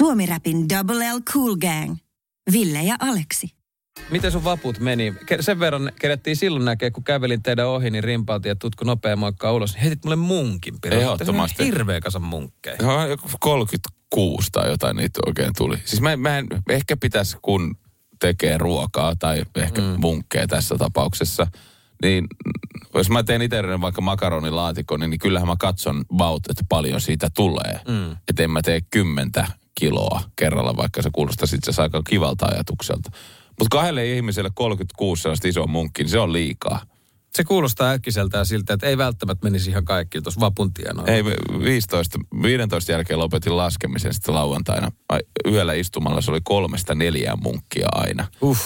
Suomi-räpin Double L Cool Gang. Ville ja Aleksi. Miten sun vaput meni? Ke- Sen verran kerättiin silloin näkee, kun kävelin teidän ohi, niin rimpautin ja tutku nopea moikkaa ulos. Niin heitit mulle munkin pirun. Ehdottomasti. Tässä on Hirveä kasa munkkeja. Joo, joku 36 tai jotain niitä oikein tuli. Siis mä, en- mä en, ehkä pitäisi, kun tekee ruokaa tai ehkä mm. munkkeja tässä tapauksessa, niin jos mä teen itselleni vaikka makaronilaatikon, niin kyllähän mä katson baut, että paljon siitä tulee. Mm. Että en mä tee kymmentä kiloa kerralla, vaikka se kuulostaisi itse asiassa aika kivalta ajatukselta. Mutta kahdelle ihmiselle 36 sellaista isoa munkkiä, niin se on liikaa. Se kuulostaa äkkiseltään siltä, että ei välttämättä menisi ihan kaikki tuossa vapun tienoilla. Ei, 15, 15 jälkeen lopetin laskemisen sitten lauantaina. Ai, Yöllä istumalla se oli kolmesta neljään munkkia aina. Uh.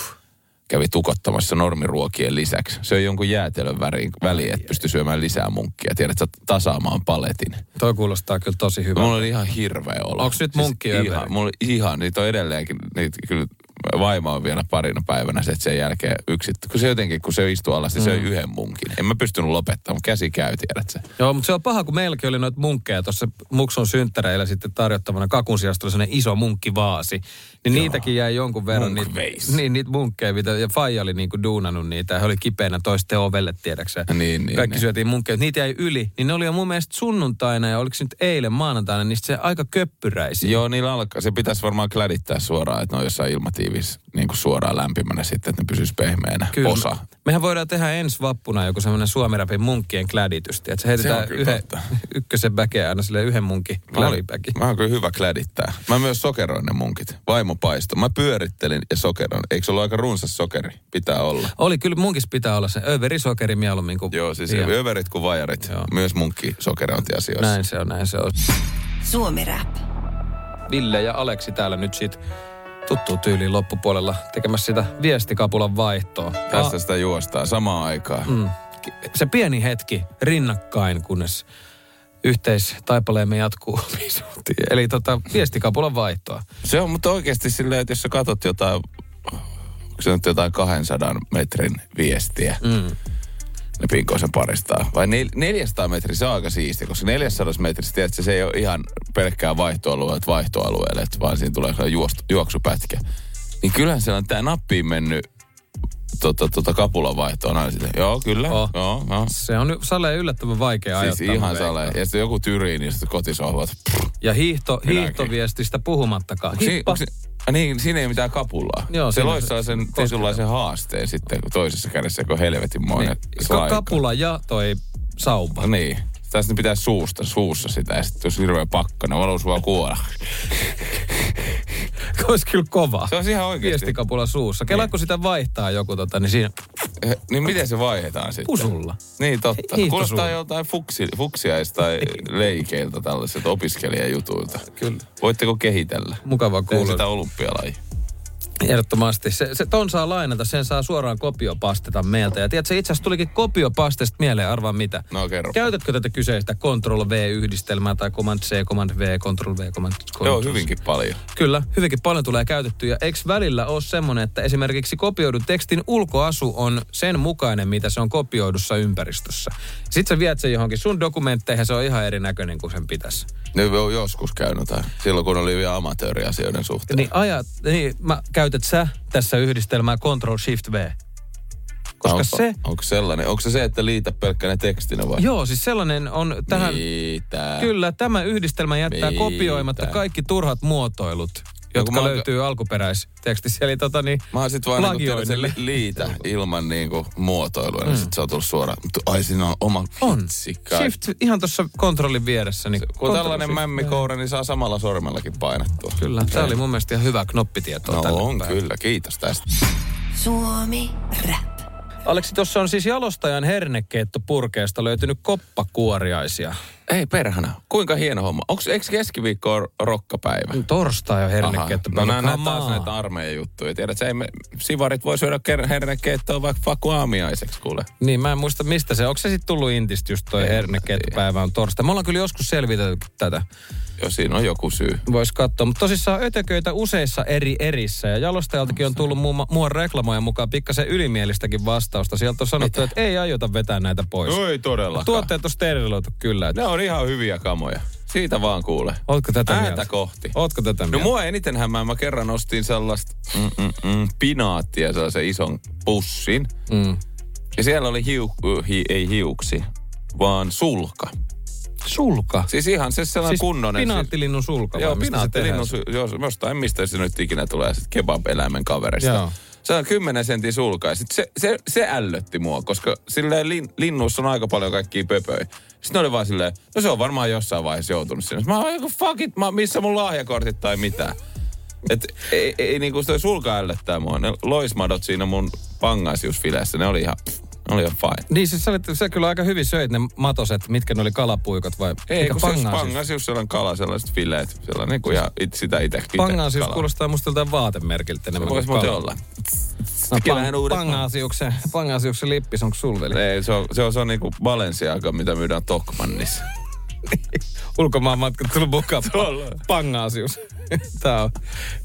Kävi tukottamassa normiruokien lisäksi. Se on jonkun jäätelön väriin, väliin, että pystyi syömään lisää munkkia. Tiedät, sä tasaamaan paletin. Toi kuulostaa kyllä tosi hyvältä. Mulla oli ihan hirveä olo. Siis Onks nyt munkkia ihan, vielä? mulla oli ihan, niitä on edelleenkin, niitä kyllä vaima on vielä parina päivänä se, että sen jälkeen yksi, kun se jotenkin, kun se istuu alas, niin Mm. se on yhden munkin. En mä pystynyt lopettamaan, mun käsi käy, tiedät sä. Joo, mutta se on paha, kun meilläkin oli noita munkkeja tuossa Muksun synttäreillä sitten tarjottavana kakun sijasta oli sellainen iso munkkivaasi. Niin Joo. niitäkin jäi jonkun verran. Niitä, Munkveis. niin, niitä munkkeja, mitä, ja Faija oli niinku duunannut niitä, ja he oli kipeänä toisten ovelle, tiedäksä. Niin, niin, Kaikki niin. syötiin munkkeja, niitä jäi yli. Niin ne oli jo mun mielestä sunnuntaina, ja oliko se nyt eilen maanantaina, niistä se aika köppyräisiä. Joo, niillä alkaa. Se pitäisi varmaan klädittää suoraan, että ne on jossain ilmatiivis niin kuin suoraan lämpimänä sitten, että ne pysyisi pehmeänä. Kyllä. Osa. Mehän voidaan tehdä ensi vappuna joku semmoinen suomirapin munkkien kläditys. Että se heitetään kyllä yhden, totta. ykkösen väkeä aina sille yhden munkin Mä oon- klädipäki. Mä oon kyllä hyvä klädittää. Mä myös sokeroin ne munkit. Vaimo paisto. Mä pyörittelin ja sokeroin. Eikö se ollut aika runsas sokeri? Pitää olla. Oli, kyllä munkis pitää olla se överisokeri mieluummin kuin... Joo, siis Joo. överit kuin vajarit. Joo. Joo. Myös munkki sokerointiasioissa. Näin se on, näin se on. Suomi-räp. Ville ja Aleksi täällä nyt sit tuttu tyyliin loppupuolella tekemässä sitä viestikapulan vaihtoa. Tässä sitä juostaa samaan aikaan. Mm. Ah, Se pieni hetki rinnakkain, kunnes yhteistaipaleemme jatkuu misuutiin. Eli tota, viestikapulan vaihtoa. Se on mutta oikeasti silleen, että jos sä katot jotain, onko se nyt jotain 200 metrin viestiä, mm. ne pinkoisen paristaa. Vai nel- 400 metriä, se on aika siisti, koska 400 metrissä, tiedätkö, se ei ole ihan pelkkää vaihtoalueet vaihtoalueelle, että vaan siinä tulee sellainen juost- juoksupätkä. Niin kyllähän siellä on tämä nappiin mennyt tota, tota kapulan vaihtoon aina sitä. Joo, kyllä. Oh. Oh. Joo, joo. Se on sale yllättävän vaikea Siis ajoittaa, ihan mä veikkaan. salee. Ja sitten joku tyriin, niin sitten kotisohvat. Ja hiihto, Minäkin. hiihtoviestistä puhumattakaan. Si- Hippa. onks se- ah, niin, siinä ei mitään kapulaa. Joo, se siinä loistaa se- sellaisen koskee. tietynlaisen haasteen sitten kun toisessa kädessä, kun helvetin moinen Niin, ka- kapula ja toi sauva. Niin. Tässä nyt pitää suusta, suussa sitä, ja sitten jos hirveä pakkana, valus vaan kuolla. Olisi kyllä kova. Se on Niin. ihan oikeasti. viestikapula suussa. Kela, kun sitä vaihtaa joku, tota, niin siinä Eh, Niin miten se vaihdetaan sitten? pusulla. Niin totta. Hiihtosuulla. Kuulostaa joltain fuksi, fuksiais- tai leikeiltä tällaiset opiskelijajutuilta. Kyllä. Voitteko kehitellä? Mukava Tee kuulla. sitä olympialajia. Ehdottomasti. Se, se, ton saa lainata, sen saa suoraan kopiopasteta meiltä. Ja tiedätkö, itse asiassa tulikin kopiopastesta mieleen, arvaa mitä. No kerro. Käytätkö tätä kyseistä Ctrl-V-yhdistelmää tai Command-C, Command-V, Ctrl-V, Command-C? Joo, hyvinkin paljon. Kyllä, hyvinkin paljon tulee käytettyä. Ja eikö välillä ole semmoinen, että esimerkiksi kopioidun tekstin ulkoasu on sen mukainen, mitä se on kopioidussa ympäristössä. Sitten sä viet sen johonkin sun dokumentteihin, se on ihan erinäköinen kuin sen pitäisi. Ne on joskus käynyt tai silloin, kun oli vielä amatööriasioiden suhteen. Niin ajat, niin mä käytät sä tässä yhdistelmää Ctrl Shift V. Koska onko, se, Onko sellainen? Onko se se, että liitä pelkkänä tekstinä vai? joo siis sellainen on tähän, niin. Mitä? kyllä tämä yhdistelmä jättää Mitä? No niin. kopioimatta kaikki turhat muotoilut, mä jotka oon- löytyy alkuperäistekstissä. Eli tota niin, Mä oon sit vaan niinku tiedän sen plagioinnille. li- liitä ilman niinku muotoilua, mm. niin sit se on tullut suoraan. Mut Ai siinä on oma On. vitsikka. Shift ihan tuossa kontrollin vieressä. Niin Kun control tällainen shift. mämmikoura, niin saa samalla sormellakin painettua. Kyllä, tämä oli mun mielestä ihan hyvä knoppitietoa No tälle on päivälle. kyllä, kiitos tästä. Suomi-räp. Aleksi, tuossa on siis jalostajan hernekeitto purkeesta löytynyt koppakuoriaisia. Ei perhana, kuinka hieno homma. Onks, eikö keskiviikko on rokkapäivä? Torstai on hernekeitto. No nää, nää taas näitä armeijan juttuja. Tiedät, sä, ei me, sivarit voi syödä ker- hernekeittoa vaikka faku aamiaiseksi, kuule. Niin, mä en muista mistä se. Onko se sitten tullut Intistä just toi En mä hernekeittopäivä on torstai? Me ollaan kyllä joskus selvitelty tätä. Jos siinä on joku syy. Voisi katsoa. Mutta tosissaan ötököitä useissa eri erissä. Ja jalostajaltakin on tullut muun, muun reklamojen mukaan pikkasen ylimielistäkin vastausta. Sieltä on sanottu, että ei aiota vetää näitä pois. No ei todellakaan. Tuotteet on steriloitu kyllä. Että Ne on ihan hyviä kamoja. Siitä vaan kuule. Ootko tätä Ääntä mieltä? kohti. Ootko tätä No mieltä? mua eniten hämää, mä kerran ostin sellaista mm, mm, mm, pinaattia, sellaisen ison pussin. Mm. Ja siellä oli hiu, äh, hi, ei hiuksi, vaan sulka. Sulka. Siis ihan se sellainen Siis kunnonen. pinaattillinnun sulka Joo, vai mistä se pinaattilinnu, tehdään? joo, se- jostain mistä se nyt ikinä tulee, sit kebab-eläimen kaverista. Joo. Se on 10 sentin sulka ja sit se, se, se ällötti mua, koska silleen lin, linnuissa on aika paljon kaikkia pöpöjä. Sitten oli vaan silleen, no se on varmaan jossain vaiheessa joutunut sinne. Mä oon joku fuck it, mä, missä mun lahjakortit tai mitä. Et ei, ei niinku se sulka ällöttää mua. Ne loismadot siinä mun pangaisjuusfileissä, ne oli ihan, ne oli ihan fine. Niin siis sä, olit, sä kyllä aika hyvin söit ne matoset, mitkä ne oli kalapuikot vai Ei, mikä kun siis pangaisius. pangaansius? pangaisius, sellainen kala, sellaiset fileet, sellainen niin kuin ja it, sitä itse Pangaansius kuulostaa musta tältä vaatemerkiltä enemmän Voisi kuin muuten kala. olla. No, Kyllähän pan, uudet- pangaansiuksen, pangaansiuksen lippis, onko sul veli? Ei, se on, se on, se on niinku Balenciaga, mitä myydään Tokmannissa. Ulkomaan matkat tullut mukaan. Tuolla. Pangaasius. Tää on.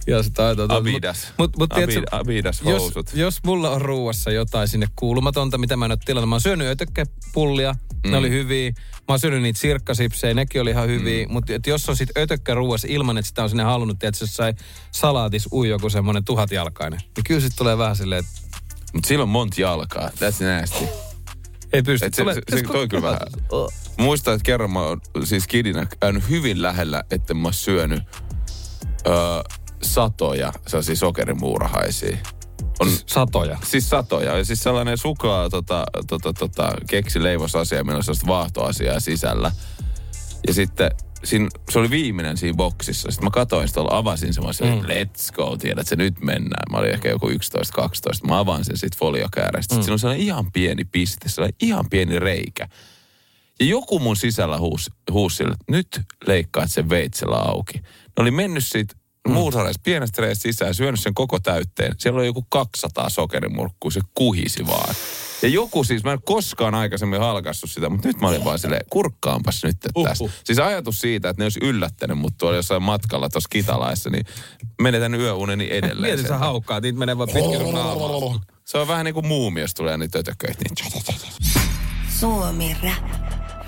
Ja se taitaa tulla. Abidas. Mut, mut, mut, Abi- Abidas jos, housut. jos mulla on ruuassa jotain sinne kuulumatonta, mitä mä en ole tilannut. Mä oon syönyt ötökkäpullia, mm. ne oli hyviä. Mä oon syönyt niitä sirkkasipsejä, nekin oli ihan hyviä. Mm. Mutta jos on sit ötökkä ruuassa ilman, että sitä on sinne halunnut, että jos sai salaatis ui joku semmonen tuhatjalkainen, niin kyllä sit tulee vähän silleen, että Mut sillä on monta jalkaa. That's nasty. ei pysty. Et se, Tulee- se, se, toi kyllä vähän. Muistan, että kerran mä oon siis kidinä käynyt hyvin lähellä, että mä oon syönyt öö, satoja sellaisia sokerimuurahaisia. On, Satoja. siis satoja. Ja siis sellainen suklaa tota, tota, tota, keksileivosasia, millä on sellaista vaahtoasiaa sisällä. Ja sitten siinä, se oli viimeinen siinä boksissa. Sitten mä katsoin sitä, avasin sen, mä olin mm. let's go, tiedät, se nyt mennään. Mä olin ehkä joku 11-12. Mä avaan sen sitten foliokäärästä. Mm. Siinä on sellainen ihan pieni piste, sellainen ihan pieni reikä. Ja joku mun sisällä huusi, huusi sille, että nyt leikkaat sen veitsellä auki. Ne oli mennyt siitä muusarajasta pienestä reiästä sisään, syönyt sen koko täytteen. Siellä oli joku 200 sokerimurkkua, se kuhisi vaan. Ja joku siis, mä en koskaan aikaisemmin halkassut sitä, mutta nyt mä olin vaan silleen, kurkkaanpas nyt Uhuh. tässä. Siis ajatus siitä, että ne olisi yllättänyt mut tuolla jossain matkalla tuossa kitalaissa, niin menetän yöuneni edelleen. Mietin sä sen. haukkaa, niitä menee vaan pitkin sun naamaa. se on vähän niin kuin muumi, jos tulee niitä tötököitä. Niin... Suomi Rap.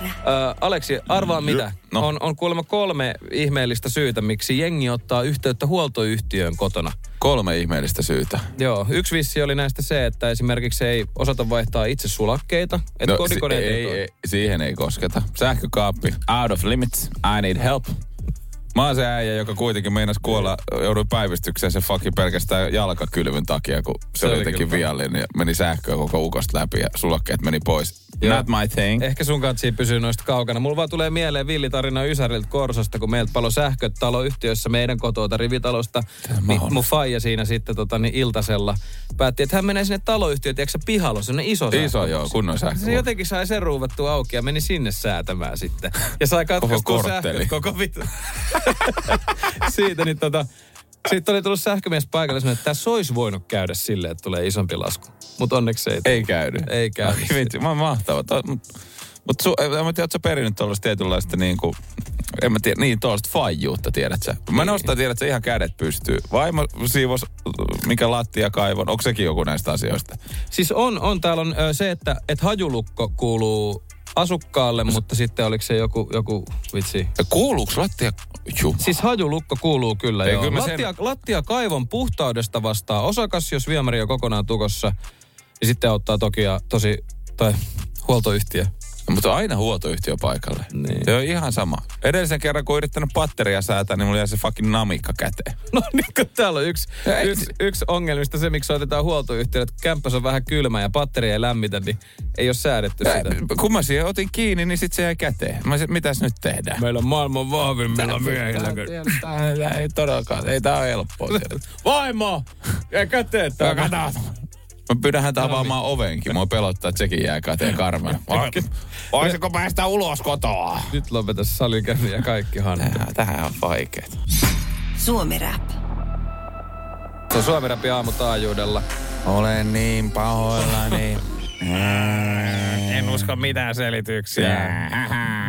Äh, Aleksi, arvaa mitä. No. No. On, on kuulemma kolme ihmeellistä syytä, miksi jengi ottaa yhteyttä huoltoyhtiöön kotona. Kolme ihmeellistä syytä. Joo, yksi vissi oli näistä se, että esimerkiksi ei osata vaihtaa itse sulakkeita. Että no, si- kodikoneet ei, tuo. ei, siihen ei kosketa. Sähkökaappi, out of limits, I need help. Mä oon se äijä, joka kuitenkin meinas kuolla, joudui päivystykseen se fucking pelkästään jalkakylvyn takia, kun se, Se se oli oli jotenkin kyllä. viallinen ja meni sähköä koko ukosta läpi ja sulakkeet meni pois. Joo. Not my thing. Ehkä sun katsi pysyy noista kaukana. Mulla vaan tulee mieleen villitarina Ysäriltä Korsosta, kun meiltä palo sähköt taloyhtiössä meidän kotoota rivitalosta. Niin on. mun faija siinä sitten tota, niin iltasella päätti, että hän menee sinne taloyhtiöön, tiedätkö pihalo, sellainen iso Iso joo, kunnon Se sähkö. jotenkin sai sen ruuvattua auki ja meni sinne säätämään sitten. Ja sai Koko katkaistua kortteli. sähköt koko vitu. Siitä niin tota... Sitten oli tullut sähkömies paikalle ja sanoi, että tässä olisi voinut käydä silleen, että tulee isompi lasku. Mutta onneksi ei. Ei käydy. Ei käydy. Ai vitsi, mä oon mahtava. To- mut- Mut su, en mä tiedä, oot sä perinyt tuollaista tietynlaista niinku, en mä tiedä, niin tuollaista faijuutta, tiedät sä. Niin. Mä nostan, tiedät sä, ihan kädet pystyy. Vaimo siivos, mikä lattia kaivon, onko sekin joku näistä asioista? Siis on, on täällä on ö, se, että et hajulukko kuuluu asukkaalle, mutta sitten oliko se joku, joku vitsi. Kuuluuko lattia? Jumala. Siis hajulukko kuuluu kyllä Ei, joo. kyllä mä sen- lattia, lattia kaivon puhtaudesta vastaa osakas, jos viemäri on kokonaan tukossa. Niin sitten auttaa toki ja tosi, tai huoltoyhtiö. Mutta aina huoltoyhtiö paikalle. Niin. Se on ihan sama. Edellisen kerran, kun yrittänyt patteria säätää, niin mulla jäi se fucking namikka käteen. No niin kun täällä on yksi, Ei. yksi, yksi ongelmista se, miksi otetaan huoltoyhtiölle, että kämppäs on vähän kylmä ja batteri ei lämmitä, niin ei ole säädetty sitä. Ei, Kun mä siihen otin kiinni, niin sit se jäi käteen. Mä sit, mitäs nyt tehdään? Meillä on maailman No, vahvimmilla miehillä. kun- Tää ei todellakaan, ei tää ole helppoa. Vaimo! Ja käteen Mä pyydän häntä avaamaan ovenkin. Mua pelottaa, että sekin jää käteen karmeen. Voisiko päästä ulos kotoa? Nyt lopeta salikäynti ja kaikki hanne. Tähän on vaikeet. Suomi Rap. Se on Suomi Rapin aamutaajuudella. Olen niin pahoillani. En usko mitään selityksiä.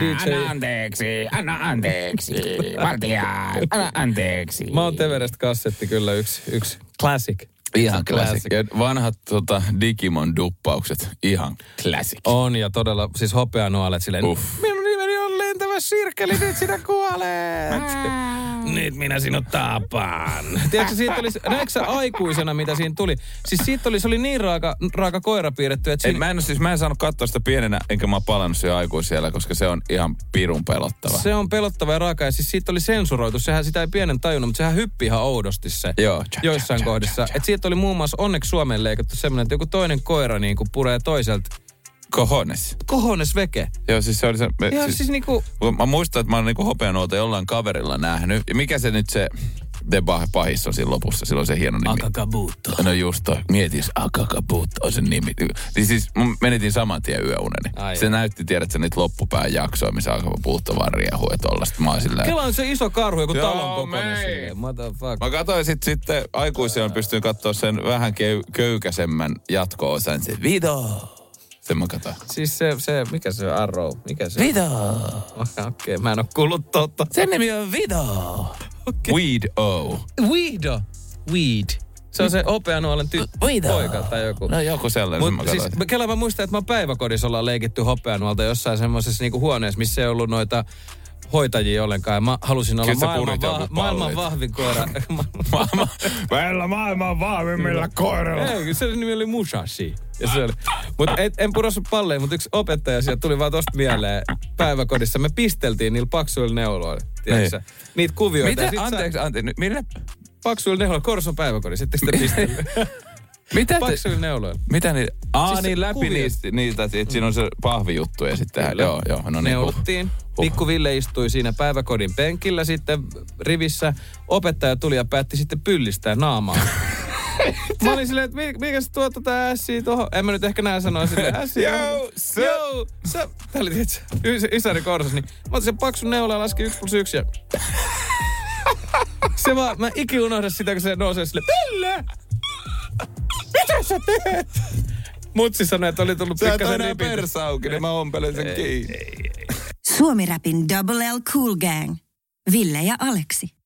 DJ. Anna anteeksi, anna anteeksi. Vartija, anna anteeksi. Mä oon Teverest kassetti kyllä yksi, yksi classic. Ihan classic. Ja Vanhat tota, Digimon duppaukset. Ihan classic. On ja todella, siis hopeanuolet silleen. Uff. Minun nimeni on lentävä Terve Sirkeli, nyt sinä kuolet. nyt minä sinut tapaan. Tiedätkö, siitä oli, näetkö sä aikuisena, mitä siinä tuli? Siis siitä oli, se oli niin raaka, raaka koira piirretty, että Ei, siinä, mä en, oo- siis mä en saanut katsoa sitä pienenä, enkä mä oon palannut siihen aikuisella, koska se on ihan pirun pelottava. se on pelottava ja raaka. Ja siis siitä oli sensuroitu, sehän sitä ei pienen tajunnut, mutta sehän hyppi ihan oudosti se. Joo, tja, joissain tja, tja, kohdissa. tja, tja. Et siitä oli muun muassa onneksi Suomeen leikattu semmoinen, että joku toinen koira niin kuin puree toiselta Kohones. kohones veke. Joo, siis se oli se... me- Ihan siis niinku, Mä muistan, että mä oon niinku hopeanuolta jollain kaverilla nähnyt. Ja mikä se nyt se The Bah- Pahis on siinä lopussa? Silloin se hieno nimi. akakabuutto. No just toi. Mietin, Akakabut on sen nimi. Niin siis mun menetin saman tien yöuneni. Ai se joo. näytti, tiedätkö, niitä loppupään jaksoja, missä Akakabut on vaan riehuu ja tollaista. Mä oon sillä... Kela on se iso karhu, joku Joo, talon kokoinen. mei. silleen. Motherfucker. Mä katsoin sit, sitten aikuisia, pystyin katsoa sen vähän keu- köykäisemmän jatko-osan. Se Vido! Sen mä katsoin. Siis se, se, mikä se on, Arrow? Mikä se on? Vido! Okei, okay, mä en oo kuullut totta. Sen nimi on Vido! Okay. Weed O. Weedo. Weed. Se on se hopeanuolen tyttö. Weedo. Poika tai joku. No joku sellainen, Mut Mut, mä siis, katsoin. mä, Kela, mä muistan, että mä päiväkodissa ollaan leikitty hopeanuolta jossain semmoisessa niinku huoneessa, missä ei ollut noita hoitajia ollenkaan. Ja mä halusin olla Kyllä sä maailman, purit jonkun maailman pallit. vahvin koira. Maailma. Meillä maailman vahvimmilla koirilla. Ei, se nimi oli Musashi. Ja se oli. Mut et, en purossut palleja, mutta yksi opettaja sieltä tuli vaan tosta mieleen päiväkodissa. Me pisteltiin niillä paksuilla neuloilla, tiedätkö Niin. sä? Niitä kuvioita. Ja Mitä? sit sä- Anteeksi, anteeksi. nyt Millä? Paksuilla neuloilla, Korson päiväkodissa, sitten sitä pistellyt. Mitä te, paksuilla neuloilla. mitä niitä? Aa, Siis siis se niin läpi kuvio. niistä, niiltä, että siinä on se pahvijuttu ja sitten tehdään. Kyllä. Joo, joo, no niin. huh. Neulottiin. Pikku Ville istui siinä päiväkodin penkillä sitten rivissä. Opettaja tuli ja päätti sitten pyllistää naamaa. mä olin silleen, että mi- mikä se tuo tätä ässiä tuohon. En mä nyt ehkä näin sanoa silleen ässiä. Joo, sä- Joo, sä. Tää oli tietysti ys- Ysäri korsas, niin mä otin sen paksun neula ja laskin 1 plus 1 ja... Se vaan, mä ikin unohda sitä, kun se nousee sille, Ville! Mitä sä teet? Mutsi sanoi, että oli tullut Sä et pikkasen aina ripintä. persa auki, niin mä ompelen sen kiinni. Suomi Rapin Double L Cool Gang. Ville ja Aleksi.